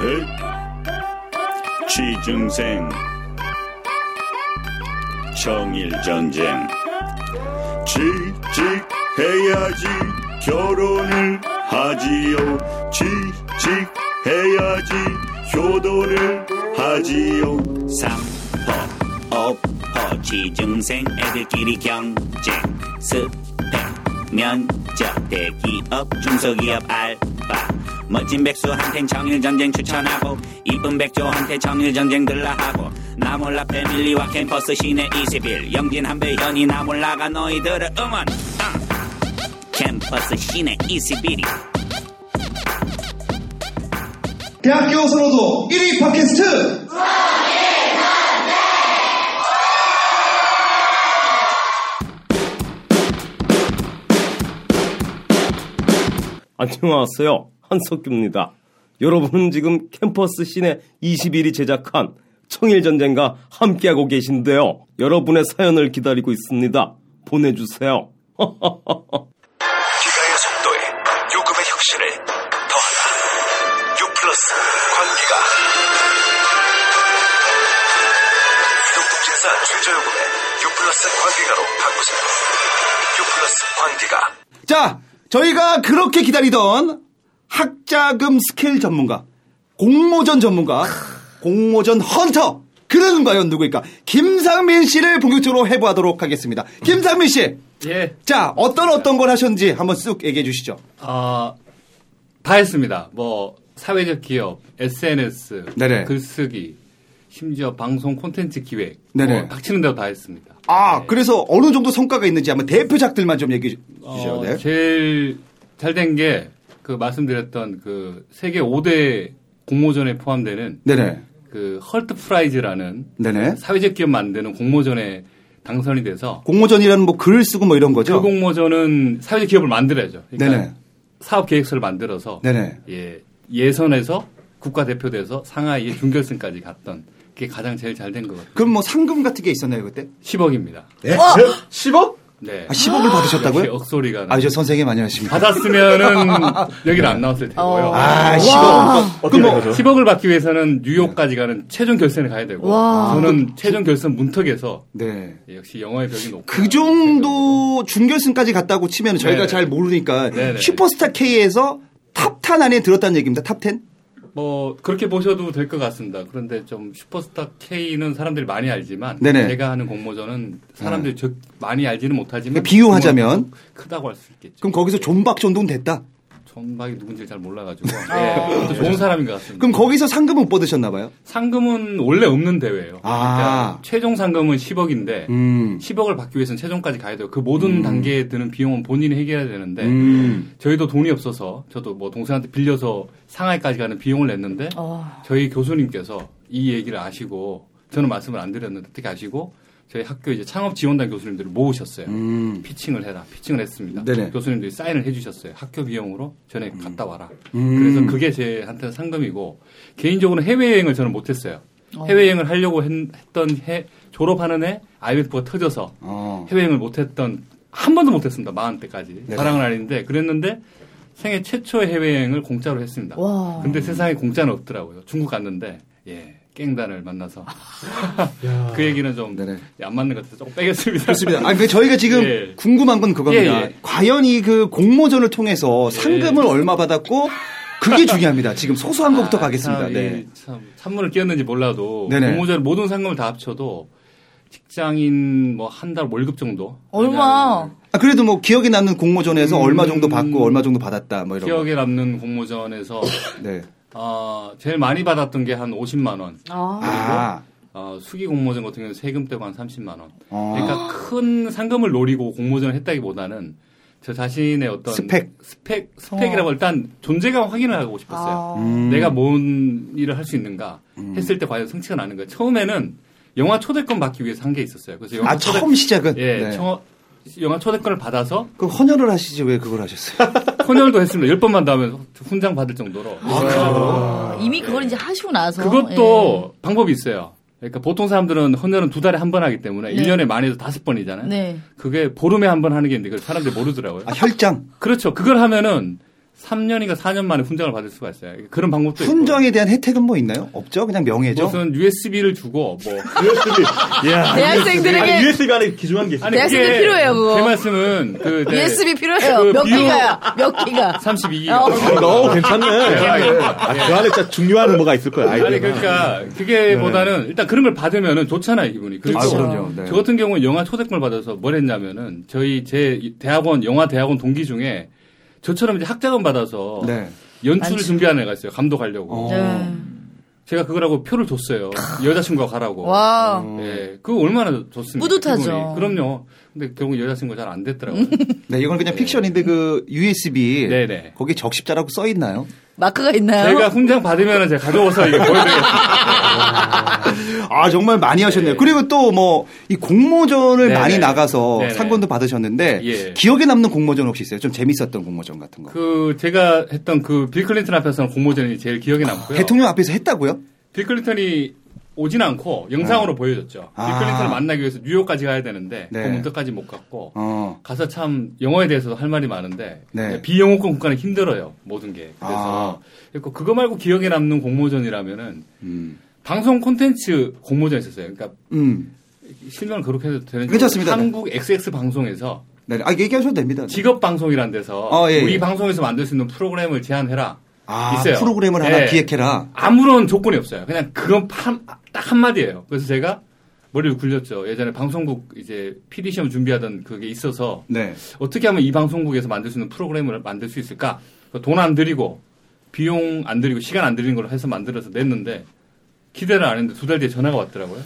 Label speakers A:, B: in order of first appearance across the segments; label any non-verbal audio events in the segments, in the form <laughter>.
A: 네. 취중생 정일전쟁 취직해야지 결혼을 하지요 취직해야지 효도를 하지요
B: 삼포 오포 취중생 애들끼리 경쟁 스펙 면접 대기업 중소기업 알바 멋진 백수한텐 정일전쟁 추천하고 이쁜 백조한테 정일전쟁 들라하고 나몰라 패밀리와 캠퍼스 시내 21 영진 한배 현이 나몰라가 너희들을 응원 땅. 캠퍼스 시내 21이
C: 대학교 선호도 1위 팟캐스트
D: 안녕하세요. 한석규입니다. 여러분은 지금 캠퍼스 시내 21이 제작한 청일전쟁과 함께하고 계신데요. 여러분의 사연을 기다리고 있습니다. 보내주세요.
E: 기가의 속도에 요금의 혁신을 더한다. U 플러스 광기가 이동통신사 최저요금에 U 플러스 광기가로 바꾸세요. U 플러스 광기가
F: 자, 저희가 그렇게 기다리던 학자금 스킬 전문가, 공모전 전문가, 공모전 헌터. 그는 과연 누구일까? 김상민 씨를 본격적으로 해보도록 하겠습니다. 김상민 씨.
G: 예,
F: 자, 어떤 어떤 걸 하셨는지 한번 쑥 얘기해 주시죠.
G: 아, 다 했습니다. 뭐, 사회적 기업, SNS,
F: 네네.
G: 글쓰기, 심지어 방송 콘텐츠 기획,
F: 네네.
G: 뭐, 닥치는 대로 다 했습니다.
F: 아, 그래서 어느 정도 성과가 있는지 한번 대표작들만 좀 얘기해 주시죠.
G: 어,
F: 네.
G: 제일 잘 된 게 그 말씀드렸던 그 세계 5대 공모전에 포함되는
F: 네네.
G: 그 헐트 프라이즈라는
F: 네네.
G: 사회적 기업 만드는 공모전에 당선이 돼서
F: 공모전이라는 뭐 글 쓰고 뭐 이런
G: 그
F: 거죠.
G: 공모전은 사회적 기업을 만들어야죠. 그러니까
F: 네네.
G: 사업 계획서를 만들어서
F: 네네.
G: 예, 예선에서 국가 대표돼서 상하이의 준결승까지 갔던 그게 가장 제일 잘 된 것 같아요.
F: 그럼 뭐 상금 같은 게 있었나요, 그때?
G: 10억입니다.
F: 네. 10억?
G: 네.
F: 아, 10억을
G: 역시
F: 받으셨다고요?
G: 억소리가 나.
F: 아, 이제 선생님 안녕하십니까. <laughs>
G: 받았으면은 여기는 안 나왔을 테고요.
F: 아, 10억. 그럼 뭐,
G: 10억을 받기 위해서는 뉴욕까지 가는 최종 결선에 가야 되고
H: 와.
F: 그
G: 저는 최종 결선 문턱에서
F: 네.
G: 예, 역시 영화의 벽이 높고
F: 그 정도 준결승까지 갔다고 치면 저희가
G: 네네.
F: 잘 모르니까
G: 네네.
F: 슈퍼스타 K에서 탑10 안에 들었다는 얘기입니다. 탑10?
G: 뭐 그렇게 보셔도 될 것 같습니다. 그런데 좀 슈퍼스타 K는 사람들이 많이 알지만
F: 네네. 음.
G: 제가 하는 공모전은 사람들이 적- 많이 알지는 못하지만
F: 그 비유하자면
G: 크다고 할 수 있겠죠.
F: 그럼 거기서 존박존동 됐다.
G: 존박이 누군지 잘
F: <laughs>
G: 몰라가지고 예, 또 좋은 사람인 것 같습니다.
F: 아. 그렇죠. 그럼 거기서 상금은 못 받으셨나 봐요.
G: 상금은 원래 없는 대회예요.
F: 아.
G: 그러니까 최종 상금은 10억인데
F: 음.
G: 10억을 받기 위해서는 최종까지 가야 돼요. 그 모든 단계에 드는 비용은 본인이 해결해야 되는데
F: 음.
G: 저희도 돈이 없어서 저도 뭐 동생한테 빌려서 상하이까지 가는 비용을 냈는데 저희 교수님께서 이 얘기를 아시고 저는 말씀을 안 드렸는데 어떻게 아시고 저희 학교 이제 창업 지원단 교수님들을 모으셨어요.
F: 음.
G: 피칭을 해라. 피칭을 했습니다.
F: 네네.
G: 교수님들이 사인을 해주셨어요. 학교 비용으로 전에 갔다 와라.
F: 음.
G: 그래서 그게 제한테는 상금이고 개인적으로 해외여행을 저는 못했어요. 해외여행을 하려고 했, 던 해, 졸업하는 해 IMF가 터져서
F: 어.
G: 해외여행을 못했던 한 번도 못했습니다. 마흔 때까지
F: 네.
G: 사랑은 아닌데 그랬는데 생애 최초의 해외여행을 공짜로 했습니다.
H: 와.
G: 근데 세상에 공짜는 없더라고요. 중국 갔는데 예.
F: <laughs>
G: 깽단을 만나서 그 얘기는 좀 안
F: 네네.
G: 맞는 것 같아서 조금 빼겠습니다.
F: 그렇습니다. 아, 그 저희가 지금
G: 예.
F: 궁금한 건 그겁니다.
G: 예, 예.
F: 과연 이 그 공모전을 통해서 상금을 얼마 받았고
G: <laughs>
F: 그게 중요합니다. 지금 소소한 것부터
G: 아,
F: 가겠습니다.
G: 참,
F: 네.
G: 이 참 산문을 끼었는지 몰라도
F: 네네.
G: 공모전 모든 상금을 다 합쳐도 직장인 뭐 한 달 월급 정도
H: 얼마?
F: 아, 그래도 뭐 기억에 남는 공모전에서
G: 음.
F: 얼마 정도 받고 얼마 정도 받았다 뭐 이런 거.
G: 기억에 남는 공모전에서
F: 네.
G: 어, 제일 많이 받았던 게 한 50만 원.
H: 아,
F: 아.
G: 어, 수기 공모전 같은 경우는 세금 떼고 한 30만 원.
F: 어.
G: 그러니까 큰 상금을 노리고 공모전을 했다기보다는 저 자신의 어떤
F: 스펙.
G: 스펙 스펙이라고 일단 존재감 확인을 하고 싶었어요.
H: 아.
G: 내가 뭔 일을 할 수 있는가 했을 때 과연 성취가 나는 거예요. 처음에는 영화 초대권 받기 위해서 한 게 있었어요. 그래서 영화
F: 아,
G: 초대-
F: 처음 시작은
G: 예,
F: 네.
G: 처- 영화 초대권을 받아서
F: 그 헌혈을 하시지 왜 그걸
G: <laughs>
F: 하셨어요?
G: 혼혈도 했습니다. 열 번만 더 하면 훈장 받을 정도로. 그러니까
H: 이미 그걸 이제 하시고 나서
G: 그것도 방법이 있어요. 그러니까 보통 사람들은 혼혈은 두 달에 한 번 하기 때문에
H: 네.
G: 일년에 많이 해도 다섯
H: 예.
G: 번이잖아요.
H: 네. 아,
G: 그게 보름에 한 번 하는 게 있는데 그걸 사람들이 모르더라고요.
F: 아, 혈장.
G: 그렇죠. 그걸 하면은 3년인가 4년 만에 훈장을 받을 수가 있어요. 그런 방법도 있고.
F: 훈정에 대한 혜택은 뭐 있나요? 없죠? 그냥 명예죠?
G: 네, 무슨 USB를 주고
H: <laughs>
G: 뭐
I: USB.
G: 아,
I: 야,
H: 대학생들에게-
I: USB 안에 기중한 게 있어.
G: 네. 아니,
H: 대학생들
G: 그게
H: 필요해요, 그거.
G: 제 말씀은 그 네,
H: USB 필요해요.
G: 그
H: 몇
G: 비용-
H: 기가야? 몇 기가?
G: 32.
H: 어.
I: 어, 괜찮네.
G: 예.
I: 아, 그 안에 진짜 중요한 뭐가 있을 거야.
G: 아니
I: 아이디어가.
G: 그러니까 그게 보다는 일단 그런 걸 받으면은 좋잖아요 기분이. 그리고
F: 아, 그럼요. 네.
G: 저 같은 경우는 영화 초대권을 받아서 뭘 했냐면은 저희 제 대학원 영화 대학원 동기 중에 저처럼 이제 학자금 받아서
F: 네.
G: 연출을
H: 많지.
G: 준비하는 애가 있어요 감독하려고.
F: 어.
H: 네.
G: 제가 그거라고 표를 줬어요 여자친구가 가라고.
H: 와.
G: 예, 그거 얼마나 좋습니까?
H: 뿌듯하죠. 음.
G: 기분이. 그럼요. 근데 결국 여자친구가 잘 안 됐더라고요.
F: 네, 이건 그냥 픽션인데 그 USB
G: 예. 네네.
F: 거기 적십자라고 써 있나요?
H: 마크가 있나요?
G: <laughs> 제가 훈장 받으면 제가 가져와서 이거 보여드릴게요.
F: 아 정말 많이 하셨네요. 그리고 또 뭐 이 공모전을
G: 네네.
F: 많이 나가서
G: 네네.
F: 상권도 받으셨는데
G: 예.
F: 기억에 남는 공모전 혹시 있어요? 좀 재밌었던 공모전 같은 거.
G: 그 제가 했던 그 빌 클린턴 앞에서는 공모전이 제일 기억에 남고요.
F: 대통령 앞에서 했다고요?
G: 빌 클린턴이 오진 않고 영상으로 보여줬죠. 빌
F: 아.
G: 클린턴을 만나기 위해서 뉴욕까지 가야 되는데
F: 네.
G: 그 문턱까지 못 갔고
F: 어.
G: 가서 참 영어에 대해서도 할 말이 많은데
F: 네. 아.
G: 비영어권 국가는 힘들어요 모든 게 그래서 그리고 그거 말고 기억에 남는 공모전이라면은
F: 음.
G: 방송 콘텐츠 공모전 있었어요. 그러니까
F: 음.
G: 실명을 그렇게 해도 되는지
F: 괜찮습니다.
G: 한국 XX 방송에서
F: 네. 아 얘기하셔도 됩니다.
G: 직업 방송이란 데서
F: 어, 예,
G: 우리
F: 예.
G: 방송에서 만들 수 있는 프로그램을 제안해라.
F: 아
G: 있어요.
F: 프로그램을 하나
G: 예.
F: 기획해라.
G: 아무런 조건이 없어요. 그냥 그건 판- 딱 한마디예요. 그래서 제가 머리를 굴렸죠. 예전에 방송국 이제 PD 시험 준비하던 그게 있어서
F: 네.
G: 어떻게 하면 이 방송국에서 만들 수 있는 프로그램을 만들 수 있을까? 그 돈 안 들이고 비용 안 들이고 시간 안 들이는 걸로 해서 만들어서 냈는데 기대를 안 했는데 두 달 뒤에 전화가 왔더라고요.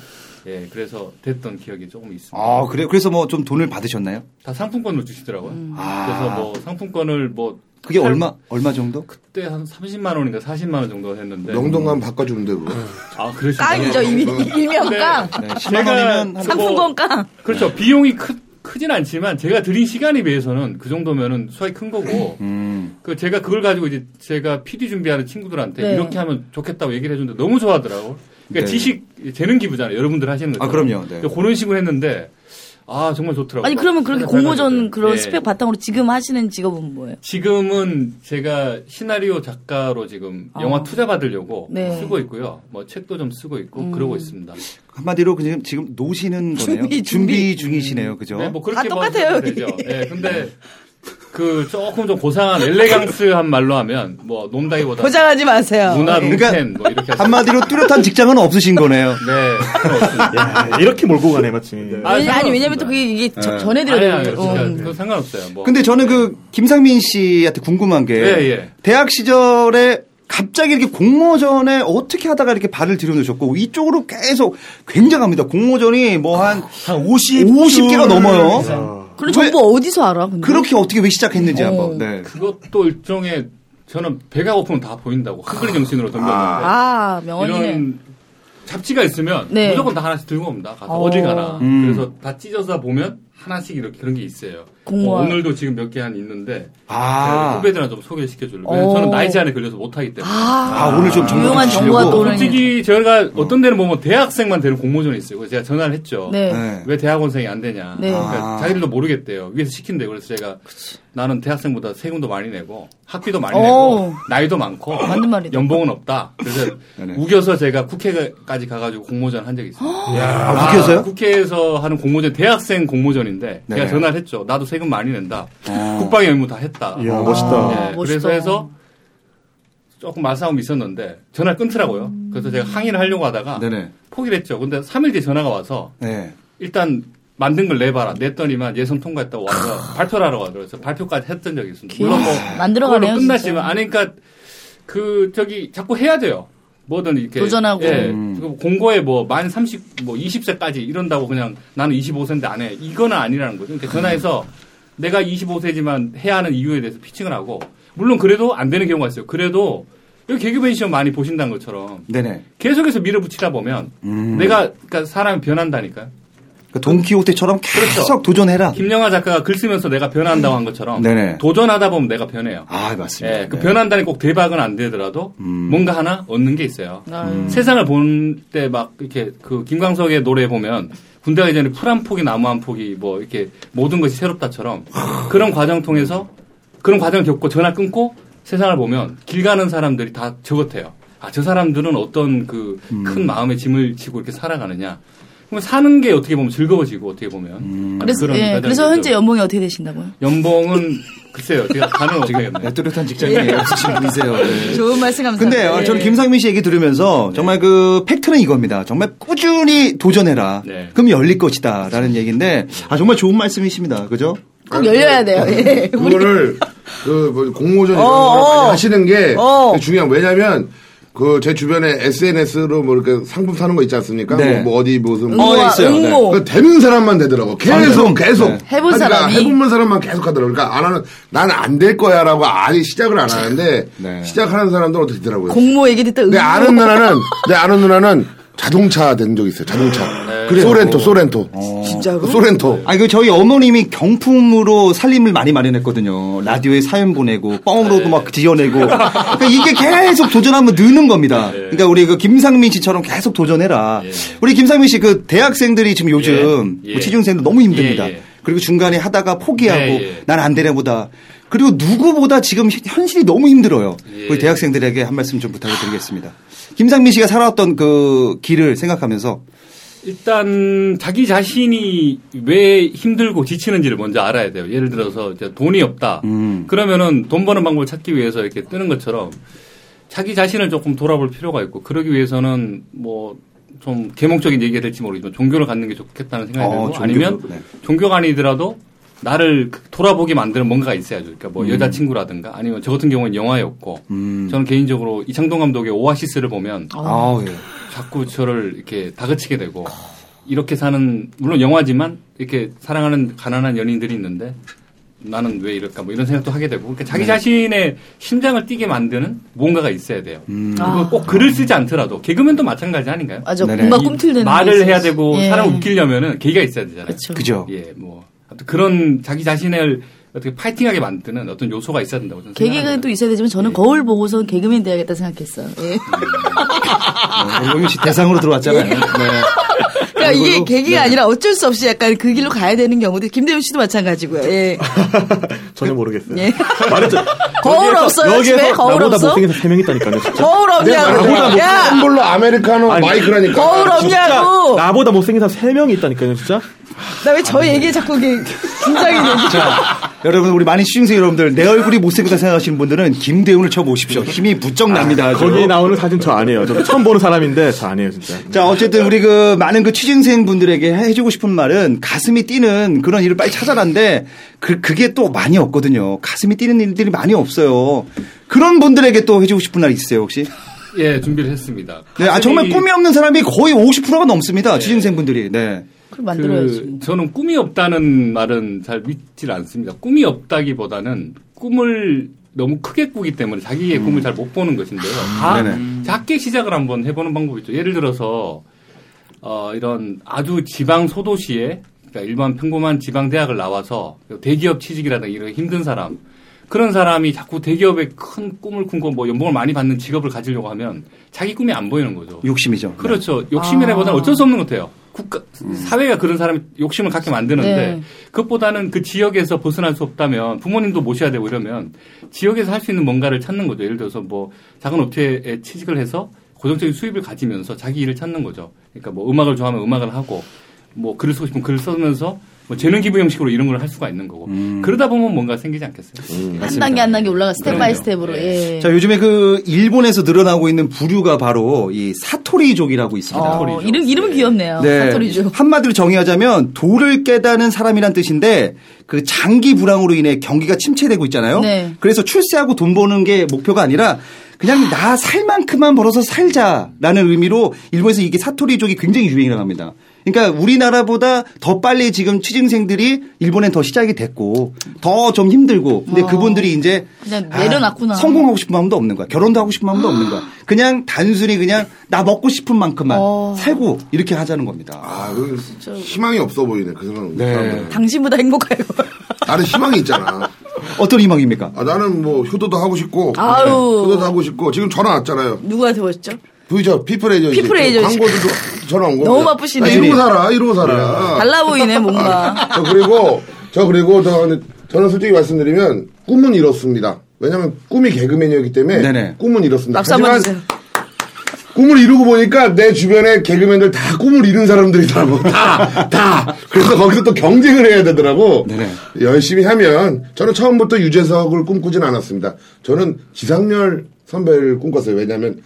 G: 예, 그래서 됐던 기억이 조금 있습니다.
F: 아 그래 그래서 뭐 좀 돈을 받으셨나요?
G: 다 상품권으로 주시더라고요.
F: 아.
G: 그래서 뭐 상품권을 뭐
F: 그게
G: 팔-
F: 얼마 얼마 정도?
G: 그때 한 30만 원인가 40만 원 정도 했는데
J: 명동만 바꿔주는데 뭐.
G: 아, 그러시
H: 깡이죠, 이미. 일명
G: 네.
H: 깡.
F: 네, 10만 원이면 한
H: 상품권 깡.
F: 네.
G: 그렇죠. 비용이 크, 크진 않지만 제가 들인 시간에 비해서는 그 정도면은 수확이 큰 거고.
F: 음.
G: 그 제가 그걸 가지고 이제 제가 PD 준비하는 친구들한테
H: 네.
G: 이렇게 하면 좋겠다고 얘기를 해줬는데 너무 좋아하더라고.
F: 네.
G: 그러니까 지식 재능 기부잖아요. 여러분들 하시는 거.
F: 아, 그럼요. 네.
G: 그런 식으로 했는데 아 정말 좋더라고요.
H: 아니, 그러면 그렇게
G: 그래서
H: 공모전
G: 해가지고.
H: 그런
G: 예.
H: 스펙 바탕으로 지금 하시는 직업은 뭐예요?
G: 지금은 제가 시나리오 작가로 지금 영화
H: 아.
G: 투자 받으려고
H: 네. 음.
G: 쓰고 있고요. 뭐 책도 좀 쓰고 있고 그러고 있습니다.
F: 한마디로 지금 지금 노시는 거네요.
H: 준비,
F: 준비 중이시네요, 그죠?
G: 네, 뭐 그렇게
H: 다
G: 봐도
H: 똑같아요, 우리.
G: 되죠. 네, 근데 그 조금 좀 고상한 엘레강스한 말로 하면 뭐 논다기보다
H: 고장하지 마세요.
G: 누나
F: 네.
G: 룸펜
F: 그러니까
G: 뭐 이렇게 하죠.
F: 한마디로 뚜렷한 직장은 없으신 거네요.
G: 네. 그렇습니다.
I: 야, 이렇게 몰고 가네 마침.
G: 아,
H: 아니, 아니,
G: 상관없습니다. 예.
H: 왜냐면 또 그게 이게 저-
G: 아니,
H: 전해드려야
G: 아니,
H: 돼요.
G: 진짜
H: 음.
G: 그거 상관없어요. 뭐.
F: 근데 저는 그 김상민 씨한테 궁금한 게
G: 예, 예.
F: 대학 시절에 갑자기 이렇게 공모전에 어떻게 하다가 이렇게 발을 들여놓으셨고 이쪽으로 계속 굉장합니다. 공모전이 뭐 한 50, 50개가 넘어요.
H: 음. 그런 정보 어디서 알아? 근데?
F: 그렇게 어떻게 왜 시작했는지 한번. 네.
G: 그것도 일종의 저는 배가 고프면 다 보인다고
F: 아.
G: 한글 정신으로 덤볐는데
H: 아, 명언이네.
G: 이런 잡지가 있으면
H: 네.
G: 무조건 다 하나씩 들고 옵니다. 가서
H: 어.
G: 어딜 가나.
F: 음.
G: 그래서 다 찢어서 보면 하나씩 이렇게 그런 게 있어요.
H: 공무원.
G: 어, 오늘도 지금 몇 개 한 있는데
F: 아,
G: 후배들한테 좀 소개를 시켜주려고.
H: 오.
G: 왜냐면 저는 나이 제한에 걸려서 못하기 때문에.
F: 아, 오늘 좀 정보
H: 유용한
F: 주시려고.
H: 정보가 떠오르-
G: 아, 솔직히 저희가 어떤 데는 보면 대학생만 되는 공모전이 있어요. 그래서 제가 전화를 했죠.
H: 네.
F: 네.
G: 왜 대학원생이 안 되냐.
H: 네.
G: 그러니까
F: 아.
G: 자기들도 모르겠대요. 위에서 시킨대요. 그래서 제가 나는 대학생보다 세금도 많이 내고 학비도 많이
H: 오.
G: 내고 나이도 많고
H: 어. 맞는 말이다.
G: 연봉은 없다. 그래서
F: 네네. 우겨서
G: 우겨서 제가 국회까지 가가지고 공모전 한 적이 있어요.
F: 아, 웃겨서요?
G: 국회에서 하는 공모전 대학생 공모전인데
F: 네.
G: 제가 전화를 했죠. 나도 세금 많이 낸다. 국방의 의무 다 했다.
I: 이야, 아, 멋있다.
G: 예, 그래서
H: 멋있다.
G: 해서 조금 말싸움이 있었는데 전화를 끊더라고요. 그래서 제가 항의를 하려고 하다가
F: 네네.
G: 포기를 했죠. 근데 3일 뒤에 전화가 와서
F: 네.
G: 일단 만든 걸 내봐라. 냈더니만 예선 통과했다고 와서 발표를 하러 가더라고요. 그래서 발표까지 했던 적이 있습니다. 물론 뭐
H: 만들어가네요.
G: 그걸로 끝났지만
H: 진짜.
G: 아니 그러니까 그 저기 자꾸 해야 돼요. 뭐든 이렇게
H: 도전하고. 음.
G: 예, 그 공고에 뭐 만 30, 뭐 20세까지 이런다고 그냥 나는 25세인데 안 해. 이거는 아니라는 거죠. 그러니까 전화해서 내가 25세지만 해야 하는 이유에 대해서 피칭을 하고 물론 그래도 안 되는 경우가 있어요. 그래도 여기 개그맨 시험 많이 보신다는 것처럼
F: 네네.
G: 계속해서 밀어붙이다 보면
F: 음.
G: 내가 그러니까 사람이 변한다니까요.
F: 그 돈키호테처럼
G: 그렇죠.
F: 계속 도전해라.
G: 김영하 작가가 글 쓰면서 내가 변한다고 한 것처럼
F: 음. 네네.
G: 도전하다 보면 내가 변해요.
F: 아, 맞습니다. 음.
G: 예, 그
F: 네.
G: 변한다는 꼭 대박은 안 되더라도 뭔가 하나 얻는 게 있어요.
H: 아유.
G: 세상을 본 때 막 이렇게 그 김광석의 노래 보면 군대 가기 전에 풀 한 포기 나무 한 포기 뭐 이렇게 모든 것이 새롭다처럼 그런 과정 통해서 그런 과정을 겪고 전화 끊고 세상을 보면 길 가는 사람들이 다 저것해요. 아, 저 사람들은 어떤 그 큰 마음의 짐을 지고 이렇게 살아가느냐. 그럼 사는 게 어떻게 보면 즐거워지고 어떻게 보면.
H: 그래서,
G: 그런
H: 예,
G: 배달이
H: 그래서 현재
G: 있죠.
H: 연봉이 어떻게 되신다고요?
G: 연봉은 글쎄요. 제가 단어는 어떻게 했나요?
F: 네, 뚜렷한
G: <laughs>
F: 직장인이에요. 지금 보이세요. 네.
H: 좋은 말씀 감사합니다.
F: 근데 어, 저는
H: 예.
F: 김상민 씨 얘기 들으면서 정말 그 팩트는 이겁니다. 정말 꾸준히 도전해라.
G: 네.
F: 그럼 열릴 것이다라는 얘기인데 아 정말 좋은 말씀이십니다. 그죠?
H: 꼭 열려야 돼요. 예.
J: 그거를 그뭐 공모전 이런
H: 어,
J: 걸 많이
H: 어.
J: 하시는 게
H: 어.
J: 되게 중요한 왜냐면 그 제 주변에 SNS로 뭐 이렇게 상품 사는 거 있지 않습니까?
F: 네.
J: 뭐, 뭐 어디 무슨
H: 응모와
F: 어, 있어요. 네.
H: 응모.
J: 그 되는 사람만 되더라고. 계속
F: 아, 네.
J: 계속
F: 네.
H: 해본
J: 그러니까
H: 사람이.
J: 해본 사람만 계속 하더라고. 그러니까 안 하는 난 안 될 거야라고 아예 시작을 안 하는데
F: 네.
J: 시작하는 사람들은 어떻게 되더라고요.
H: 공모 얘기 듣다
J: 내
H: 응모.
J: 아는 누나는 내 아는 누나는 자동차 된 적 있어요. 자동차.
F: 네.
J: 소렌토 소렌토.
F: 어.
H: 진짜로?
J: 어, 소렌토.
F: 아니 그 저희 어머님이 경품으로 살림을 많이 마련했거든요. 라디오에 사연 보내고 뻥으로도 막 지어내고 그러니까 이게 계속 도전하면 느는 겁니다.
G: 예.
F: 그러니까 우리 그 김상민 씨처럼 계속 도전해라. 우리 김상민 씨 그 대학생들이 지금 요즘
G: 예.
F: 뭐 취준생도 너무 힘듭니다.
G: 예, 예.
F: 그리고 중간에 하다가 포기하고
G: 예, 예.
F: 난 안 되나 보다. 그리고 누구보다 지금 현- 현실이 너무 힘들어요.
G: 예.
F: 우리 대학생들에게 한 말씀 좀 부탁드리겠습니다. 김상민 씨가 살아왔던 그 길을 생각하면서
G: 일단 자기 자신이 왜 힘들고 지치는지를 먼저 알아야 돼요. 예를 들어서 이제 돈이 없다.
F: 음.
G: 그러면은 돈 버는 방법을 찾기 위해서 이렇게 뜨는 것처럼 자기 자신을 조금 돌아볼 필요가 있고 그러기 위해서는 뭐 좀 계몽적인 얘기가 될지 모르지만 종교를 갖는 게 좋겠다는 생각이
F: 어,
G: 들고
F: 종교를,
G: 아니면
F: 네.
G: 종교가 아니더라도 나를 그- 돌아보게 만드는 뭔가가 있어야죠. 그러니까
F: 음.
G: 뭐 여자친구라든가 아니면 저 같은 경우는 영화였고 저는 개인적으로 이창동 감독의 오아시스를 보면
F: 아, 예.
G: 자꾸 저를 이렇게 다그치게 되고 이렇게 사는 물론 영화지만 이렇게 사랑하는 가난한 연인들이 있는데 나는 왜 이럴까 뭐 이런 생각도 하게 되고 그러니까 자기
F: 네.
G: 자신의 심장을 뛰게 만드는 뭔가가 있어야 돼요.
F: 음.
G: 그거
H: 아.
G: 꼭 글을 쓰지 않더라도 개그맨도 마찬가지 아닌가요? 예,
H: 맞아.
F: 네네.
H: 뭔가
G: 이
H: 꿈틀대는 게
G: 말을
H: 있어요.
G: 해야 되고
H: 예.
G: 사람을 웃기려면은 계기가 있어야 되잖아요.
H: 그렇죠.
F: 그죠?
G: 예, 뭐 아무튼 그런 자기 자신을 어떻게 파이팅하게 만드는 어떤 요소가 있어야 된다고 저는
H: 계기가
G: 생각합니다.
H: 또 있어야 되지만 저는 거울 보고서 개그맨 돼야겠다 생각했어. 예.
F: 용민 씨 대상으로 들어왔잖아요.
I: 예.
F: 네.
H: 그러니까 이게
F: 그걸로?
H: 계기가 아니라 어쩔 수 없이 약간 그 길로 가야 되는 경우도 김대훈 씨도 마찬가지고요. 예.
I: <laughs> 전혀 모르겠어요.
H: 예.
I: 말했죠.
H: 거울
I: 여기에서-
H: 없어요, 집에?
I: 여기에서
H: 거울
I: 나보다
H: 없어?
I: 못생겨서 세명 있다니까요. 진짜.
H: 거울 없냐고.
J: 한
H: 야,
J: 걸로 아메리카노
I: 아니,
J: 마이크라니까.
H: 거울
I: 진짜
H: 없냐고.
I: 나보다 못생긴 사람 세명이 있다니까요, 진짜.
H: 나 왜 저 얘기에 자꾸 이게 긴장이 되지?
F: 자, 여러분 우리 많은 시중생 여러분들 내 얼굴이 못생겼다 생각하시는 분들은 김대훈을 쳐보십시오. 힘이 부쩍 납니다. 아주.
I: 거기 나오는 사진 저 아니에요. 저 처음 보는 사람인데 저 아니에요, 진짜.
F: 자, 어쨌든 우리 그 많은 그 취준생 분들에게 해주고 싶은 말은 가슴이 뛰는 그런 일을 빨리 찾아라인데 그, 그게 또 많이 없거든요. 가슴이 뛰는 일들이 많이 없어요. 그런 분들에게 또 해주고 싶은 말 있으세요 혹시?
G: 예, 준비를 했습니다.
F: 네, 아, 정말
G: 가슴이-
F: 꿈이 없는 사람이 거의 50%가 넘습니다. 취준생 분들이. 네.
H: 그걸 만들어야지.
G: 그, 저는 꿈이 없다는 말은 잘 믿질 않습니다. 꿈이 없다기보다는 꿈을 너무 크게 꾸기 때문에 자기의 꿈을 잘 못 보는 것인데요. 다
F: 음. 네네.
G: 작게 시작을 한번 해보는 방법이 있죠. 예를 들어서 어, 이런 아주 지방 소도시에 그러니까 일반 평범한 지방 대학을 나와서 대기업 취직이라든가 이런 힘든 사람 그런 사람이 자꾸 대기업에 큰 꿈을 꿈고 뭐 연봉을 많이 받는 직업을 가지려고 하면 자기 꿈이 안 보이는 거죠.
F: 욕심이죠. 네.
G: 그렇죠. 욕심이라기보다는 어쩔 수 없는 것 같아요. 국가, 사회가 그런 사람이 욕심을 갖게 만드는데
H: 네.
G: 그것보다는 그 지역에서 벗어날 수 없다면 부모님도 모셔야 되고 이러면 지역에서 할 수 있는 뭔가를 찾는 거죠. 예를 들어서 뭐 작은 업체에 취직을 해서 고정적인 수입을 가지면서 자기 일을 찾는 거죠. 그러니까 뭐 음악을 좋아하면 음악을 하고 뭐 글을 쓰고 싶으면 글을 쓰면서 뭐 재능 기부 형식으로 이런 걸 할 수가 있는 거고 그러다 보면 뭔가 생기지 않겠어요?
H: 한 단계 한 단계 올라가 스텝
G: 그럼요.
H: 바이 스텝으로. 예.
F: 자, 요즘에 그 일본에서 늘어나고 있는 부류가 바로 이 사토리족이라고 있습니다.
H: 어,
G: 사토리죠.
H: 이름 이름은 귀엽네요.
F: 네.
H: 사토리죠.
F: 한마디로 정의하자면 도를 깨닫는 사람이란 뜻인데 그 장기 불황으로 인해 경기가 침체되고 있잖아요.
H: 네.
F: 그래서 출세하고 돈 버는 게 목표가 아니라 그냥 나 살 만큼만 벌어서 살자라는 의미로 일본에서 이게 사토리족이 굉장히 유행이라고 합니다. 그러니까 우리나라보다 더 빨리 지금 취준생들이 일본엔 더 시작이 됐고 더 좀 힘들고 근데
H: 어.
F: 그분들이 이제
H: 그냥
F: 아,
H: 내려놨구나.
F: 성공하고 싶은 마음도 없는 거야. 결혼도 하고 싶은 마음도
H: <gasps>
F: 없는 거야. 그냥 단순히 그냥 나 먹고 싶은 만큼만
H: 어.
F: 살고 이렇게 하자는 겁니다.
J: 아, 그 희망이 없어 보이네. 그 사람은. 네.
H: <laughs> 당신보다 행복해요.
J: 나는 희망이 있잖아.
F: 어떤 희망입니까?
J: 아, 나는 뭐 효도도 하고 싶고 네,
H: 아유.
J: 효도도 하고 싶고 지금 전화 왔잖아요.
H: <laughs> 누구한테 보셨죠?
J: 그죠 피플 에이전시
H: 피플 에이전시.
J: 광고도 전화 온 거.
H: 너무 바쁘시네.
J: 나 이러고 살아 아, 이러고 살아.
H: 달라 보이네 뭔가.
J: 저 그리고 저 그리고 저 저는 솔직히 말씀드리면 꿈은 이렇습니다. 왜냐면 꿈이 개그맨이었기 때문에
F: 네네.
J: 꿈은 이뤘습니다.
H: 납사만 주세요.
J: 꿈을 이루고 보니까 내 주변에 개그맨들 다 꿈을 이룬 사람들이더라고. <laughs> 다, 다. 그래서 거기서 또 경쟁을 해야 되더라고.
F: 네네.
J: 열심히 하면 저는 처음부터 유재석을 꿈꾸진 않았습니다. 저는 지상렬 선배를 꿈꿨어요. 왜냐하면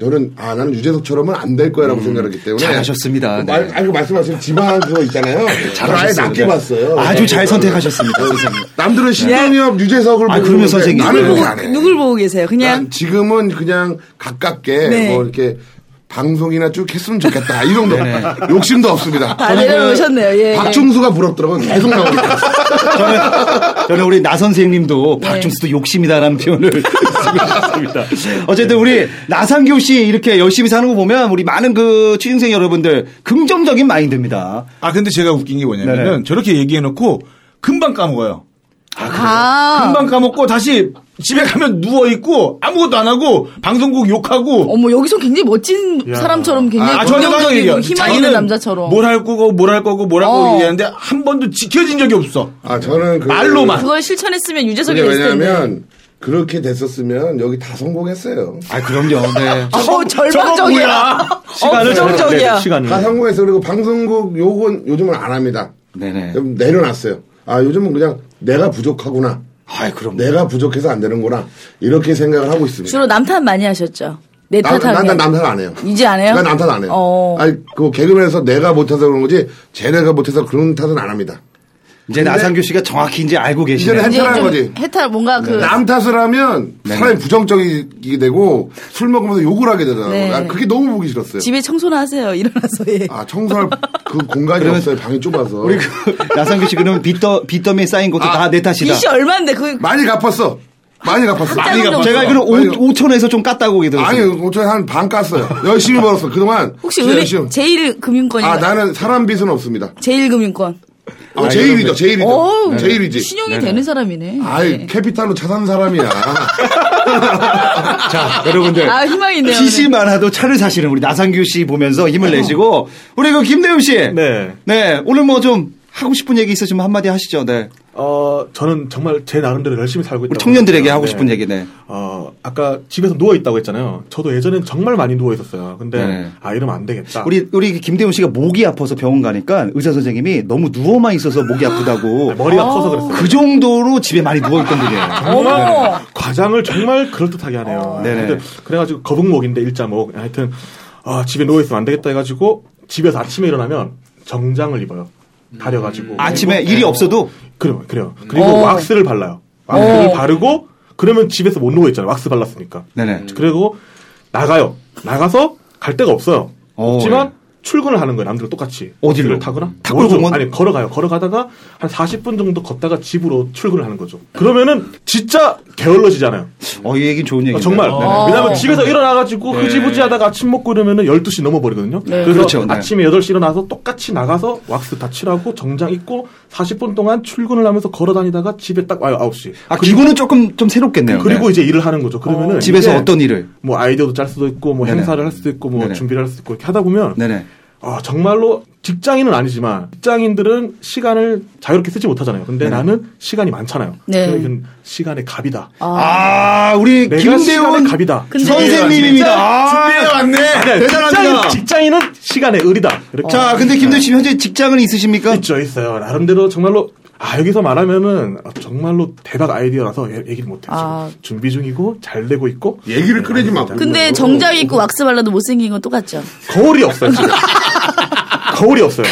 J: 저는 아 나는 유재석처럼은 안 될 거야라고 생각했기 때문에
F: 음,
J: 그
F: 잘하셨습니다. 네.
J: 말, 아니 말씀하신 지방 그거 있잖아요. 아예
F: 잘하셨어요.
J: 낮게
F: <laughs> 네.
J: 봤어요.
F: 아주 잘 선택하셨습니다, 선생님.
J: 남들은 신동엽 유재석을
F: 아,
J: 보고
F: 그러면
J: 있는데
F: 선생님.
J: 나는 그거 안 해.
H: 누굴 보고 계세요? 그냥
J: 난 지금은 그냥 가깝게
H: 네.
J: 뭐 이렇게 방송이나 쭉 했으면 좋겠다 이 정도 욕심도 없습니다.
H: 다
J: 아,
H: 내려놓으셨네요. 네. 아, 예, 예.
J: 박중수가 부럽더라고 계속
H: <laughs>
J: 나오니까
F: 저는, 저는 우리 나 선생님도
H: 네.
F: 박중수도 욕심이다라는 표현을 쓰고 있습니다. 어쨌든 우리 나상교 씨 이렇게 열심히 사는 거 보면 우리 많은 그 취준생 여러분들 긍정적인 마인드입니다.
K: 아 근데 제가 웃긴 게 뭐냐면은
F: 네네.
K: 저렇게 얘기해놓고 금방 까먹어요.
H: 아,
K: 금방 까먹고 다시 집에 가면 누워 있고 아무것도 안 하고 방송국 욕하고 아,
H: 어머 여기서 굉장히 멋진 사람처럼 굉장히
J: 아,
H: 긍정적이고
K: 얘기해요.
H: 희망 있는
K: 자기는
H: 남자처럼
J: 뭐
K: 뭘할 거고 뭘 할 거고 뭘 할 거고
H: 어.
K: 얘기하는데 한 번도 지켜진 적이 없어.
J: 아 저는 그-
K: 말로만.
H: 그걸 실천했으면 유재석이
J: 그게
H: 됐을 텐데.
J: 왜냐하면 그렇게 됐었으면 여기 다 성공했어요.
F: 아 그럼요. 네.
H: 어 <laughs> 절망적이야. 어,
I: 시간을 잘-
H: 엄정적이야.
I: 네, 시간을.
J: 다 성공해서 그리고 방송국 욕은 요즘은 안 합니다.
F: 네네.
J: 좀 내려놨어요. 아 요즘은 그냥 내가 부족하구나.
F: 아 그럼.
J: 내가 부족해서 안 되는구나 이렇게 생각을 하고 있습니다.
H: 주로 남탓 많이 하셨죠. 내 탓하게.
J: 아, 난난 남탓 안 해요.
H: 예, 이제 안 해요?
J: 난 남탓 안 해요.
H: 어.
J: 아니 그 개그맨에서 내가 못해서 그런 거지 쟤네가 못해서 그런 탓은 안 합니다.
F: 이제 나상교 씨가 정확히 이제 알고
J: 이제는
F: 계시네요.
H: 이제
J: 해탈하는
H: 좀
J: 거지. 네.
H: 해탈 뭔가 그
J: 남 탓을 하면
F: 네.
J: 사람이 부정적이게 되고 술 먹으면서 욕을 하게 되잖아요.
H: 네.
J: 난 그게 너무 보기 싫었어요.
H: 집에 청소나 하세요. <laughs> 일어나서 예.
J: 아 청소할 그 공간이 없어요. 방이 좁아서.
F: 우리 그 나상교 씨 그러면 빚더 빚더미에 쌓인 것도 다 내 탓이다.
H: 빚이 얼마인데 그
J: 많이 갚았어. 많이 갚았어.
H: 한 달은
F: 제가
H: 없어.
F: 이거는
J: 아니,
F: 5천에서 좀 깠다고 얘기
J: 아니
F: 들었어요.
J: 어차피 한반 깠어요. 열심히 벌었어. 그동안
H: 혹시
J: 진짜
H: 은행
J: 열심히.
H: 제일 금융권인가?
J: 아 나는 사람 빚은 없습니다.
H: 제일 금융권.
J: 어,
F: 아,
J: 제일이죠.
H: 어우,
J: 제일이죠. 제일이지.
H: 신용이 되는 사람이네.
J: 네, 아이
H: 네.
J: 캐피탈로 차산 사람이야.
F: 자, 여러분들.
H: 아, 희망이 있네요.
F: 빚이 많아도 차를 사시는 우리 나상규 씨 보면서 힘을 내시고 우리 그 김대훈 씨.
I: 네.
F: 네, 오늘 뭐 좀 하고 싶은 얘기 있으시면 한마디 하시죠. 네.
I: 어, 저는 정말 제 나름대로 열심히 살고 있다.
F: 우리 청년들에게 하고 싶은 얘기네.
I: 어, 아까 집에서 누워 있다고 했잖아요. 저도 예전엔 정말 많이 누워 있었어요. 근데
F: 네.
I: 아 이러면 안 되겠다.
F: 우리 우리 그 김대훈 씨가 목이 아파서 병원 가니까 의사 선생님이 너무 누워만 있어서 목이
I: <gasps>
F: 아프다고.
I: 네, 머리 아파서 그랬어요.
F: 그 정도로 집에 많이 누워 있던
I: <laughs>
F: 분이에요.
H: 어머.
I: 과장을 정말 그럴듯하게 하네요.
F: 어, 네네.
I: 근데 그래가지고 거북목인데 일자목. 하여튼 아, 집에 누워 있으면 안 되겠다 해가지고 집에서 아침에 일어나면 정장을 입어요. 다려가지고
F: 음. 아침에 어. 일이 없어도
I: 그래요, 그래요. 그리고 왁스를 발라요.
F: 어.
I: 왁스를 바르고 그러면 집에서 못 누워 있잖아요. 왁스 발랐으니까.
F: 네네.
I: 그리고 나가요. 나가서 갈 데가 없어요.
F: 어,
I: 없지만
F: 네.
I: 출근을 하는 거예요. 남들 똑같이
F: 어디로?
I: 버스를
F: 음.
I: 타거나
F: 탁골공원?
I: 뭐죠? 아니 걸어가요. 걸어가다가 한 40분 정도 걷다가 집으로 출근을 하는 거죠. 그러면은 진짜 게을러지잖아요.
F: 어, 이 얘기 좋은 얘기.
I: 아, 정말.
F: 어.
I: 왜냐면 집에서 일어나가지고 흐지부지 하다가 아침 먹고 이러면은 12시 넘어버리거든요. 그래서
F: 네. 그렇죠, 네.
I: 아침에 8시 일어나서 똑같이 나가서 왁스 다 칠하고 정장 입고 40분 동안 출근을 하면서 걸어다니다가 집에 딱 와요, 9시.
F: 아, 기분은 조금 좀 새롭겠네요.
I: 그리고
F: 네.
I: 이제 일을 하는 거죠. 그러면은
F: 집에서
I: 이게
F: 어떤 일을?
I: 뭐 아이디어도 짤 수도 있고 뭐
F: 네네.
I: 행사를 할 수도 있고 뭐
F: 네네.
I: 준비를 할 수도 있고 이렇게 하다 보면
F: 네네.
I: 아, 정말로 직장인은 아니지만 직장인들은 시간을 자유롭게 쓰지 못하잖아요. 근데 나는 시간이 많잖아요.
H: 네.
I: 그래서 이건 시간의 갑이다.
F: 아, 우리
I: 내가
F: 김대훈
I: 시간의 갑이다.
F: 선생님입니다. 아,
I: 네,
F: 대단합니다. 어.
I: 직장인, 직장인은 시간의 을이다. 이렇게
F: 자, 그 근데 김대훈 씨 현재 직장은 있으십니까?
I: 있죠, 있어요. 나름대로 정말로 아 여기서 말하면은 정말로 대박 아이디어라서 얘- 얘기를 못해요.
H: 아.
I: 지금 준비 중이고 잘 되고 있고
J: 얘기를 끄내지 마.
H: 근데 정장 입고 왁스 발라도 못생긴 건 똑같죠.
I: 거울이 없어요.
H: <laughs>
I: 지금. 거울이 없어요.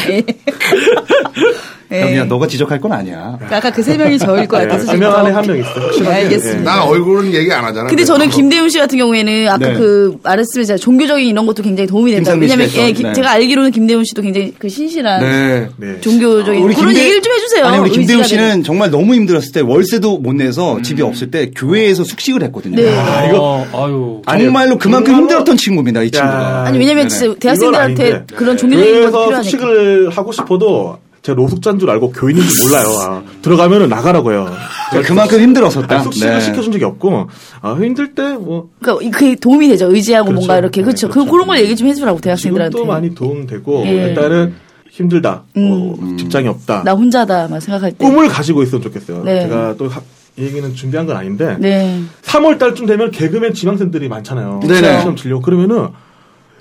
H: 예.
F: 영희야, 너가 지적할 건 아니야.
H: 그러니까 아까 그 세 명이 저일 것 같아서 지금
I: 한명 안에
H: 더-
I: 한 명 있어요.
H: 네, 알겠습니다.
J: 나 뭐. 얼굴은 얘기 안 하잖아.
H: 근데 저는 김대훈 씨 같은 경우에는 아까
F: 네.
H: 그 말했으면 제가 종교적인 이런 것도 굉장히 도움이 된다.
F: 김상민
H: 왜냐면
F: 씨가
H: 예,
F: 했죠.
H: 기-
F: 네.
H: 제가 알기로는 김대훈 씨도 굉장히 그 신실한
F: 네.
I: 네.
H: 종교적인 그런 얘기를 좀 해주세요.
F: 아니, 우리 김대훈
H: 의지가 되는.
F: 씨는 정말 너무 힘들었을 때 월세도 못 내서 집이 없을 때 교회에서 숙식을 했거든요.
H: 네.
G: 아, 이거 아유.
F: 정말로 그만큼
I: 정말로?
F: 힘들었던 친구입니다, 이 친구가.
H: 아니 왜냐면 진짜 대학생들한테
I: 아닌데.
H: 그런 종교적인 건
I: 그래서
H: 필요하니까.
I: 숙식을 하고 싶어도 제가 노숙자인 줄 알고 교인인 줄 몰라요. 아, 들어가면은 나가라고 해요. 제가
F: 그만큼 힘들었었다.
I: 아니, 숙식을
F: 네.
I: 시켜준 적이 없고 아, 힘들 때뭐
H: 그러니까 이- 그게 도움이 되죠. 의지하고
I: 그렇죠.
H: 뭔가 이렇게
I: 네,
H: 그렇죠. 그
I: 그렇죠.
H: 그런 걸 얘기 좀 해주라고 대학생들한테.
I: 지금도 많이 도움되고
H: 예.
I: 일단은 힘들다. 어, 직장이 없다.
H: 나 혼자다 막 생각할 때.
I: 꿈을 가지고 있으면 좋겠어요.
H: 네.
I: 제가 또 학- 이 얘기는 준비한 건 아닌데
H: 네.
I: 3월 달쯤 되면 개그맨 지망생들이 많잖아요.
F: 네네.
I: 시험 진료 그러면은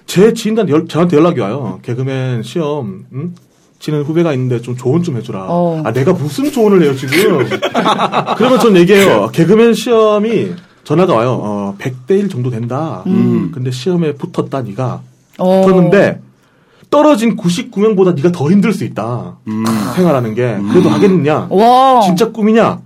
I: 제 지인한테 연- 저한테 연락이 와요. 개그맨 시험 응? 치는 후배가 있는데 좀 조언 좀 해주라.
K: 어.
I: 아 내가 무슨 조언을 해요 지금? <laughs> 네. 그러면 전 얘기해요. 개그맨 시험이 전화가 와요. 어, 100대 1 정도 된다.
K: 음.
I: 근데 시험에 붙었다 네가
K: 어.
I: 붙었는데 떨어진 99명보다 네가 더 힘들 수 있다. 생활하는 게 그래도 하겠느냐? 진짜 꿈이냐?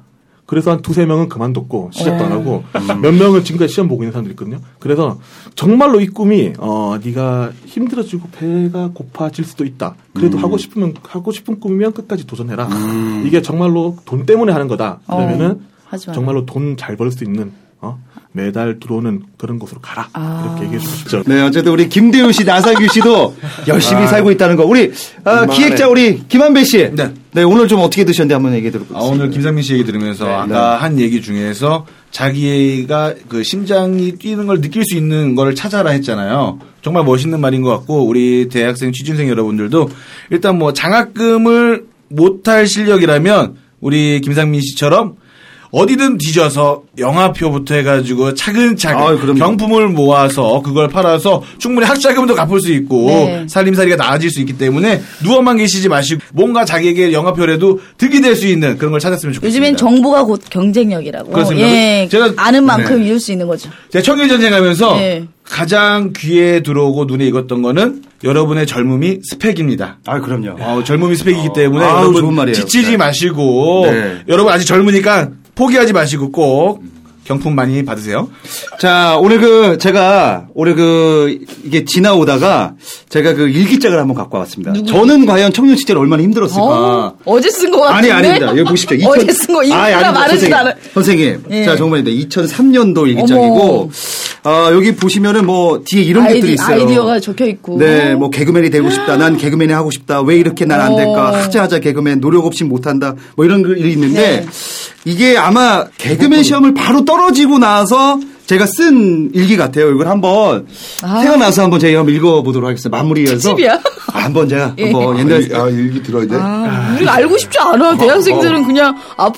I: 그래서 한 두세 명은 그만뒀고 시작도
F: 네.
I: 안 하고
K: 음.
I: 몇 명은 지금까지 시험 보고 있는 사람들이 있거든요. 그래서 정말로 이 꿈이 어 네가 힘들어지고 배가 고파질 수도 있다.
K: 음.
I: 그래도 하고 싶으면 하고 싶은 꿈이면 끝까지 도전해라. 이게 정말로 돈 때문에 하는 거다. 그러면은
H: 어. 하지 마라.
I: 정말로 돈 잘 벌 수 있는 어 매달 들어오는 그런 곳으로 가라.
H: 아.
I: 이렇게 얘기해 주고 싶죠.
K: 그렇죠.
F: 네, 어쨌든 우리 김대훈 씨, 나상규 씨도
K: <laughs>
F: 열심히
I: 아.
F: 살고 있다는 거. 우리 아,
K: 정말.
F: 기획자 우리 김한배 씨. 네. 오늘 좀 어떻게 드셨는지 한번 얘기해 네. 드릴게요.
K: 아, 오늘 김상민 씨 얘기 들으면서 아까 한 얘기 중에서 자기가 그 심장이 뛰는 걸 느낄 수 있는 걸 찾아라 했잖아요. 정말 멋있는 말인 것 같고 우리 대학생 취준생 여러분들도 일단 뭐 장학금을 못할 실력이라면 우리 김상민 씨처럼 어디든 뒤져서 영화표부터 해가지고 차근차근 경품을 모아서 그걸 팔아서 충분히 학자금도 갚을 수 있고
L: 네.
K: 살림살이가 나아질 수 있기 때문에 누워만 계시지 마시고 뭔가 자기에게 영화표라도 득이 될 수 있는 그런 걸 찾았으면 좋겠습니다.
H: 요즘엔 정보가 곧 경쟁력이라고.
K: 그렇습니다.
H: 예.
K: 제가-
H: 아는 만큼
K: 네.
H: 이룰 수 있는 거죠.
K: 제가 청일 전쟁하면서
H: 예.
K: 가장 귀에 들어오고 눈에 익었던 거는 여러분의 젊음이 스펙입니다.
F: 아 그럼요.
K: 젊음이 스펙이기 때문에
F: 아우,
K: 여러분
F: 좋은 말이에요.
K: 지치지 마시고
F: 네.
K: 여러분 아직 젊으니까 포기하지 마시고 꼭 경품 많이 받으세요.
F: 자, 오늘 그 제가 오늘 그 이게 지나오다가 제가 그 일기장을 한번 갖고 왔습니다. 저는 과연 청년 시절 얼마나 힘들었을까?
H: 어우, 어제 쓴 거 같은데.
F: 아니 아닙니다. 여기 보십시오.
H: <laughs> 어제 쓴 거
F: 아니,
H: 인기가
F: 아닙니다.
H: 많으지
F: 선생님.
H: 않아.
F: 선생님,
H: 예.
F: 자 정말입니다. 2003년도 일기장이고 아, 여기 보시면은 뭐 뒤에 이런 것들이 있어요.
H: 아이디어가 적혀 있고.
F: 네, 뭐 개그맨이 되고 싶다. 난 개그맨이 하고 싶다. 왜 이렇게 난 안
H: 어.
F: 될까? 하자 하자 개그맨 노력 없이 못 한다. 뭐 이런 글이 있는데
H: 네.
F: 이게 아마
H: 음.
F: 개그맨 시험을 바로 떨어지고 나서 제가 쓴 일기 같아요. 이걸 한번
H: 아.
F: 태어나서 한번 제가 한번 읽어보도록 하겠습니다. 마무리해서
H: 집이야.
F: 아, 한번 제가
H: <laughs> 예.
F: 한번
H: 아,
F: 옛날 아, 일기 들어 이제
H: 아, 우리 알고 싶지 않아. 대학생들은 그냥 앞.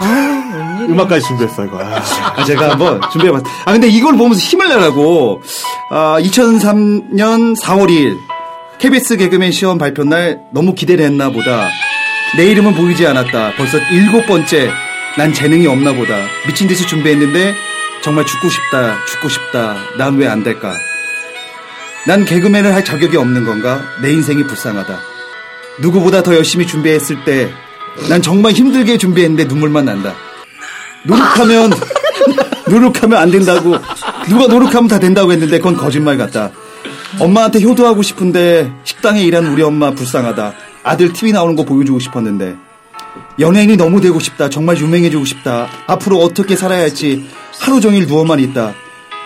H: 아, 웬일이야.
I: 음악까지 준비했어요, 이거.
F: 아, 제가 한번 준비해봤. 아 근데 이걸 보면서 힘을 내라고 아, 2003년 4월 2일 KBS 개그맨 시험 발표 날 너무 기대를 했나 보다. 내 이름은 보이지 않았다. 벌써 일곱 번째. 난 재능이 없나 보다. 미친 듯이 준비했는데 정말 죽고 싶다. 죽고 싶다. 난 왜 안 될까? 난 개그맨을 할 자격이 없는 건가? 내 인생이 불쌍하다. 누구보다 더 열심히 준비했을 때 난 정말 힘들게 준비했는데 눈물만 난다. 노력하면 노력하면 안 된다고 누가 노력하면 다 된다고 했는데 그건 거짓말 같다. 엄마한테 효도하고 싶은데 식당에 일하는 우리 엄마 불쌍하다. 아들 TV 나오는 거 보여주고 싶었는데 연예인이 너무 되고 싶다. 정말 유명해지고 싶다. 앞으로 어떻게 살아야 할지 하루 종일 누워만 있다.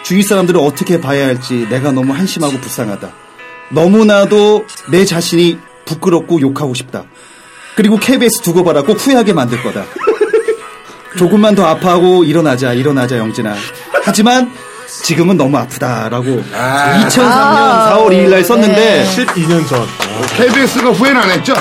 F: 주위 사람들을 어떻게 봐야 할지 내가 너무 한심하고 불쌍하다. 너무나도 내 자신이 부끄럽고 욕하고 싶다. 그리고 KBS 두고 봐라 꼭 후회하게 만들 거다. 조금만 더 아파하고 일어나자 일어나자 영진아 하지만 지금은 너무 아프다라고 2003년
J: 아,
F: 4월 2일 날
J: 네.
F: 썼는데
I: 12년 전
F: KBS가 후회는 안 했죠?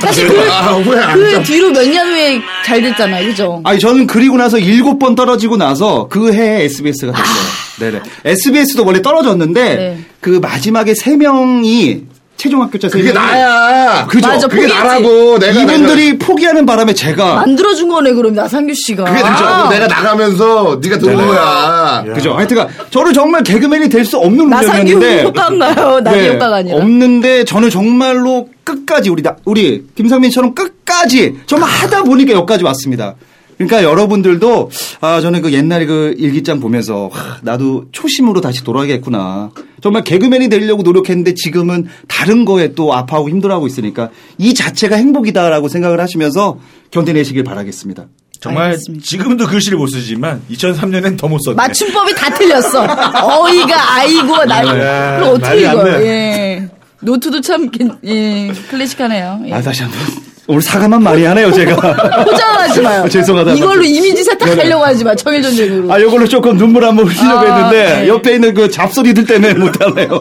H: 사실 그,
J: 아,
H: 그 뒤로 몇 년 후에 잘 됐잖아요. 그죠?
F: 아니 저는 그리고 나서 일곱 번 떨어지고 나서 그 해에 SBS가 됐어요. 네네. SBS도 원래 떨어졌는데
H: 아. 네.
F: 그 마지막에 세 명이 최종 합격자 세
J: 그게
F: 명이-
J: 나야.
F: 그죠?
H: 맞아, 그게 포기했지. 나라고 내가
F: 이분들이 포기하는 바람에 제가
H: 만들어준 거네, 그럼 나상규 씨가.
J: 그게 되죠.
H: 아.
J: 내가 나가면서 네가 들어온
F: 네네.
J: 거야.
F: 그죠? 하여튼간 저는 정말 개그맨이 될 수 없는
H: 나상규
F: 운명이었는데 네.
H: 효과가 나요. 나의 효과가 아니라.
F: 없는데 저는 정말로 끝까지 우리 나- 우리 김상민처럼 끝까지 정말 하다 보니까 여기까지 왔습니다. 그러니까 여러분들도 아 저는 그 옛날 그 일기장 보면서 하, 나도 초심으로 다시 돌아가겠구나. 정말 개그맨이 되려고 노력했는데 지금은 다른 거에 또 아파하고 힘들어하고 있으니까 이 자체가 행복이다라고 생각을 하시면서 견뎌내시길 바라겠습니다.
K: 정말 지금도 글씨를 못 쓰지만 2003년엔 더 못 썼네.
H: 맞춤법이 다 틀렸어. 어이가 아이고 날.
K: 네.
H: 그럼 어떻게
K: 말이 안
H: 이거?
K: 돼.
H: 예. 노트도 참 괜- 예, 클래식하네요. 예.
F: 아 다시 한번 오늘 사과만 많이 하네요,
H: <laughs>
F: 제가.
H: 포장을 하지 마요.
F: 죄송하다.
H: 이걸로 이미지 세탁하려고 하지 마. 청일전쟁으로.
F: 아, 요걸로 조금 눈물 한번 흘리려고
H: 아,
F: 했는데,
H: 네.
F: 옆에 있는 그 잡소리들 때문에 못하네요.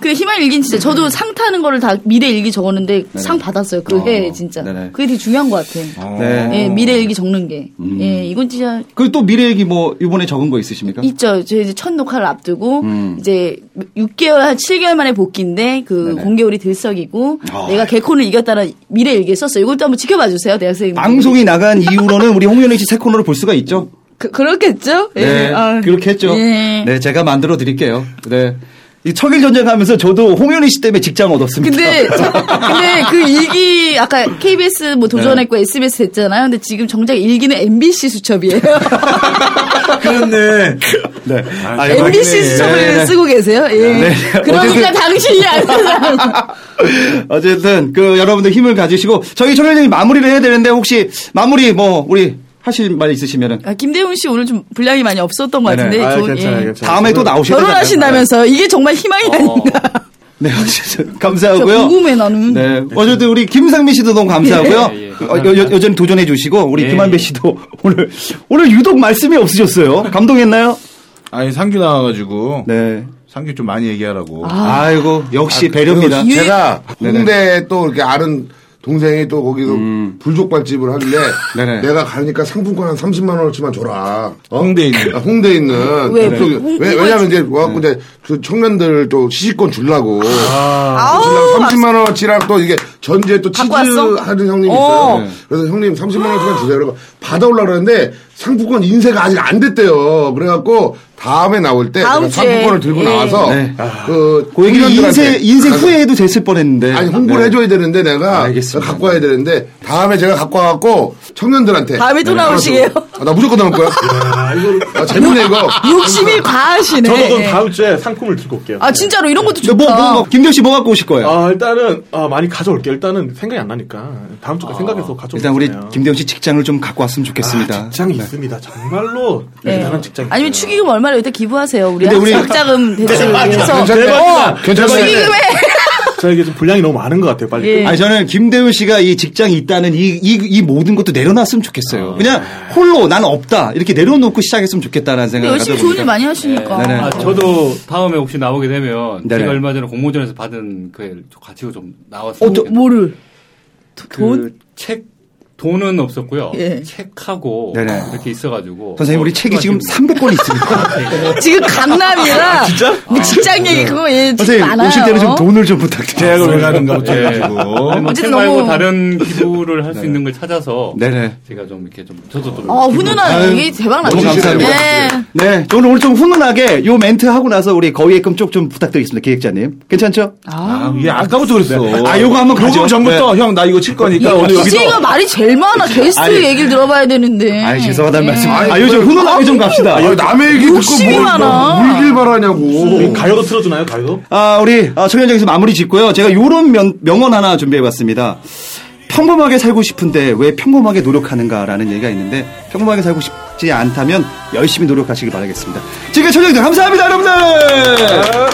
H: 그 희망 일기는 진짜
F: 음.
H: 저도 상 타는 거를 다 미래 일기 적었는데 상 받았어요. 그 해에 진짜.
F: 네, 아, 네네.
H: 그게 되게 중요한 것 같아.
F: 네.
H: 예, 미래 일기 적는 게.
F: 음.
H: 예, 이건 진짜
F: 그리고 또 미래 얘기 뭐, 이번에 적은 거 있으십니까?
H: 있죠. 저 이제 첫 녹화를 앞두고
F: 음.
H: 이제 6개월 한 7개월 만에 복귀인데 그 공개월이 들썩이고
F: 네, 아.
H: 내가 개콘을 이겼다는 미래 일기에 썼어요. 이것도 한번 지켜봐 주세요, 대학생.
F: 방송이 나간 이후로는 우리 홍윤희 씨 새 코너를 볼 수가 있죠?
H: 그, 그렇겠죠? 예.
F: 네,
H: 아.
F: 그렇게 했죠.
H: 예.
F: 네, 제가 만들어 드릴게요. 네. 이 청일 전쟁 하면서 저도 홍윤희 씨 때문에 직장 얻었습니다. <laughs>
H: 근데 저- 근데 그 일기 아까 KBS 뭐
F: 네.
H: 도전했고 SBS 됐잖아요. 근데 지금 정작 일기는 MBC 수첩이에요.
K: 아, 그렇네. 아,
F: 네.
H: <laughs> MBC 수첩을 쓰고 계세요. 예.
F: 네.
H: 그러니까
F: 어쨌든-
H: 당신이 안 사람.
F: 어쨌든 그 여러분들 힘을 가지시고 저희 청일전이 마무리를 해야 되는데 혹시 마무리 뭐 우리 하실 말 있으시면은
H: 아, 김대훈 씨 오늘 좀 분량이 많이 없었던 것 같은데.
F: 네네. 아,
H: 좋은-
F: 괜찮아요, 괜찮아요. 다음에 또 나오셔야
H: 결혼하신다면서 이게 정말 희망이 아닌가.
F: 네, 어쨌든
H: 진짜
F: 감사하고요.
H: 궁금해 나는.
F: 네, 어쨌든 우리 김상민 씨도 너무 감사하고요.
H: 예, 예,
F: 어, 여, 여, 여전히 도전해 주시고 우리
K: 예,
F: 김한배 씨도 오늘 오늘 유독 말씀이 없으셨어요. 감동했나요?
K: 아니 상규 나와가지고
F: 네
K: 상규 좀 많이 얘기하라고.
F: 아. 이고 역시 배려입니다.
J: 그리고 제가
K: 네네.
J: 홍대에 또 이렇게 아는 동생이 또 거기서 불족발집을 하길래
K: 네네.
J: 내가 가니까 상품권 한 30만 원어치만 줘라.
K: 홍대에 있는.
J: 아, 홍대에 있는.
H: 왜,
J: 그쪽에.
H: 홍-
J: 왜,
H: 홍대-
J: 왜냐면 이제 와갖고 이제 그 청년들 또 시식권 주려고.
H: 아우,
J: 주려고 30만 원어치랑 또 이게 전주에 또 치즈
H: 갖고 왔어?
J: 하는 형님
H: 어.
J: 있어요.
H: 네.
J: 그래서 형님 30만 원어치만 주세요. 그러고 받아오려고 그러는데 상품권 인쇄가 아직 안 됐대요. 그래갖고 다음에 나올 때
H: 다음
J: 제가
H: 주에.
J: 상품권을 들고
H: 예.
J: 나와서
F: 네.
J: 그
F: 그 얘기를
J: 청년들한테
F: 인생 인생
J: 가서
F: 후회해도 됐을 뻔했는데.
J: 아니 홍보를
F: 네.
J: 해줘야 되는데 내가
F: 알겠습니다.
J: 갖고 와야 되는데 다음에 제가 갖고 와갖고 청년들한테
H: 다음에 또
J: 네.
H: 나오시게요?
J: 아, 나 무조건 나올 거야. 아, 재밌네 이거.
F: 어.
H: <laughs> 욕심이 과하시네.
I: 저도 그럼
H: 예.
I: 다음 주에 상품을 들고 올게요.
H: 아 진짜로 이런 것도
F: 네, 뭐,
H: 좋다.
F: 뭐, 뭐, 김경 씨뭐 갖고 오실 거예요?
I: 아, 일단은 아, 많이 가져올게요. 일단은 생각이 안 나니까 다음
K: 아,
I: 주까 지 생각해서 가져올게요.
F: 일단 우리 김대훈 씨 직장을 좀 갖고 왔으면 좋겠습니다.
I: 직장이
K: 네.
I: 있습니다. 정말로 <laughs>
H: 예.
I: 대단한 직장.
H: 아니면 축의금 얼마를 일단 기부하세요. 우리
F: 네, 근데 우리- 네,
H: 학자금 대출 해서
I: 대박이다.
J: 어, 괜찮네.
H: 축의금에
I: 저에게 좀 분량이 너무 많은 것 같아요. 빨리.
H: 예.
F: 네. 아니 저는 김대훈 씨가 이 직장이 있다는 이 이 이 모든 것도 내려놨으면 좋겠어요.
H: 아.
F: 그냥 홀로 난 없다 이렇게 내려놓고 시작했으면 좋겠다라는 생각을
H: 열심히
F: 가져봅니다.
H: 좋은 일 많이 하시니까.
F: 네, 네네.
G: 아, 저도 다음에 혹시 나오게 되면
F: 네네.
G: 제가 얼마 전에 공모전에서 받은 그 가치가 좀
H: 어, 저,
G: 나왔어요.
H: 뭐를? 도- 돈?
G: 그책 돈은 없었고요.
H: 예.
G: 책하고
F: 네네.
G: 이렇게 있어가지고
F: 선생님 우리 책이 지금 300권
H: <laughs>
F: 있습니다. 아, 네.
H: 지금 강남이라 뭐 직장 얘기 그거 예, 지금
F: 선생님
H: 많아요.
F: 오실 때는 좀 돈을 좀 네. 부탁드려요.
K: 계약을 왜 가는가
G: 예.
K: 못해가지고.
G: 아니, 뭐책
H: 어쨌든
G: 말고
H: 너무-
G: 다른 기부를 할 수 있는 걸 찾아서
F: 네. 네네.
G: 제가 좀 이렇게 좀 저도 좀
H: 아
G: 기부-
H: 훈훈한
F: 아유,
H: 얘기 대박 났죠.
F: 너무 감사합니다.
H: 예.
F: 네, 오늘 오늘 좀 훈훈하게 요 멘트 하고 나서 우리 거위의 금쪽 좀 부탁드리겠습니다, 기획자님. 괜찮죠?
H: 아,
K: 아, 얘 아까부터 그랬어.
F: 아, 요거 한번 가죠.
K: 요거 전부터
I: 네.
K: 형 나 이거 칠 거니까 오늘 여기서
H: DJ가 말이 제일 많아. 게스트
F: 아니.
H: 얘기를 들어봐야 되는데.
F: 아,
H: 네.
F: 죄송하다는 말씀.
J: 아니,
F: 아, 요즘 훈훈하게 좀 갑시다.
J: 아, 남의 얘기 듣고
H: 욕심이
J: 뭘
H: 많아.
J: 뭐 울길 바라냐고.
I: 가요도 틀어주나요? 가요?
F: 아, 우리 아, 청년장에서 마무리 짓고요. 제가 요런 면, 명언 하나 준비해봤습니다. 평범하게 살고 싶은데 왜 평범하게 노력하는가라는 얘기가 있는데 평범하게 살고 싶지 않다면 열심히 노력하시길 바라겠습니다. 지금까지 청년장 감사합니다, 여러분들!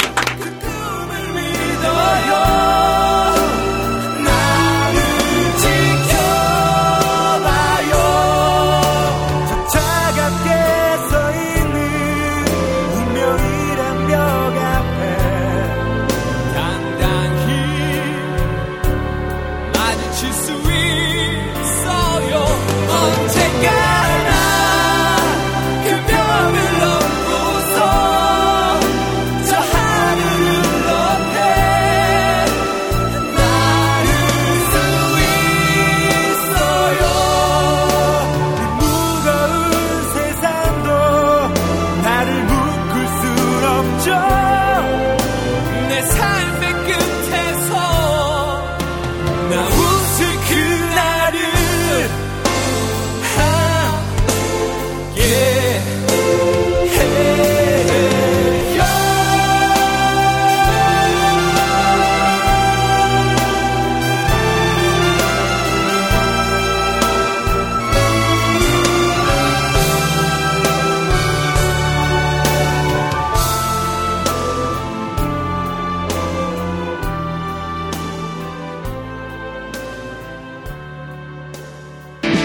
E: 언젠가나 그 벽을 넘고서 저 하늘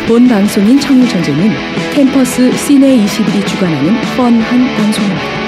H: 본 방송인 청일전쟁은 캠퍼스 시내 21이 주관하는 뻔한 방송입니다.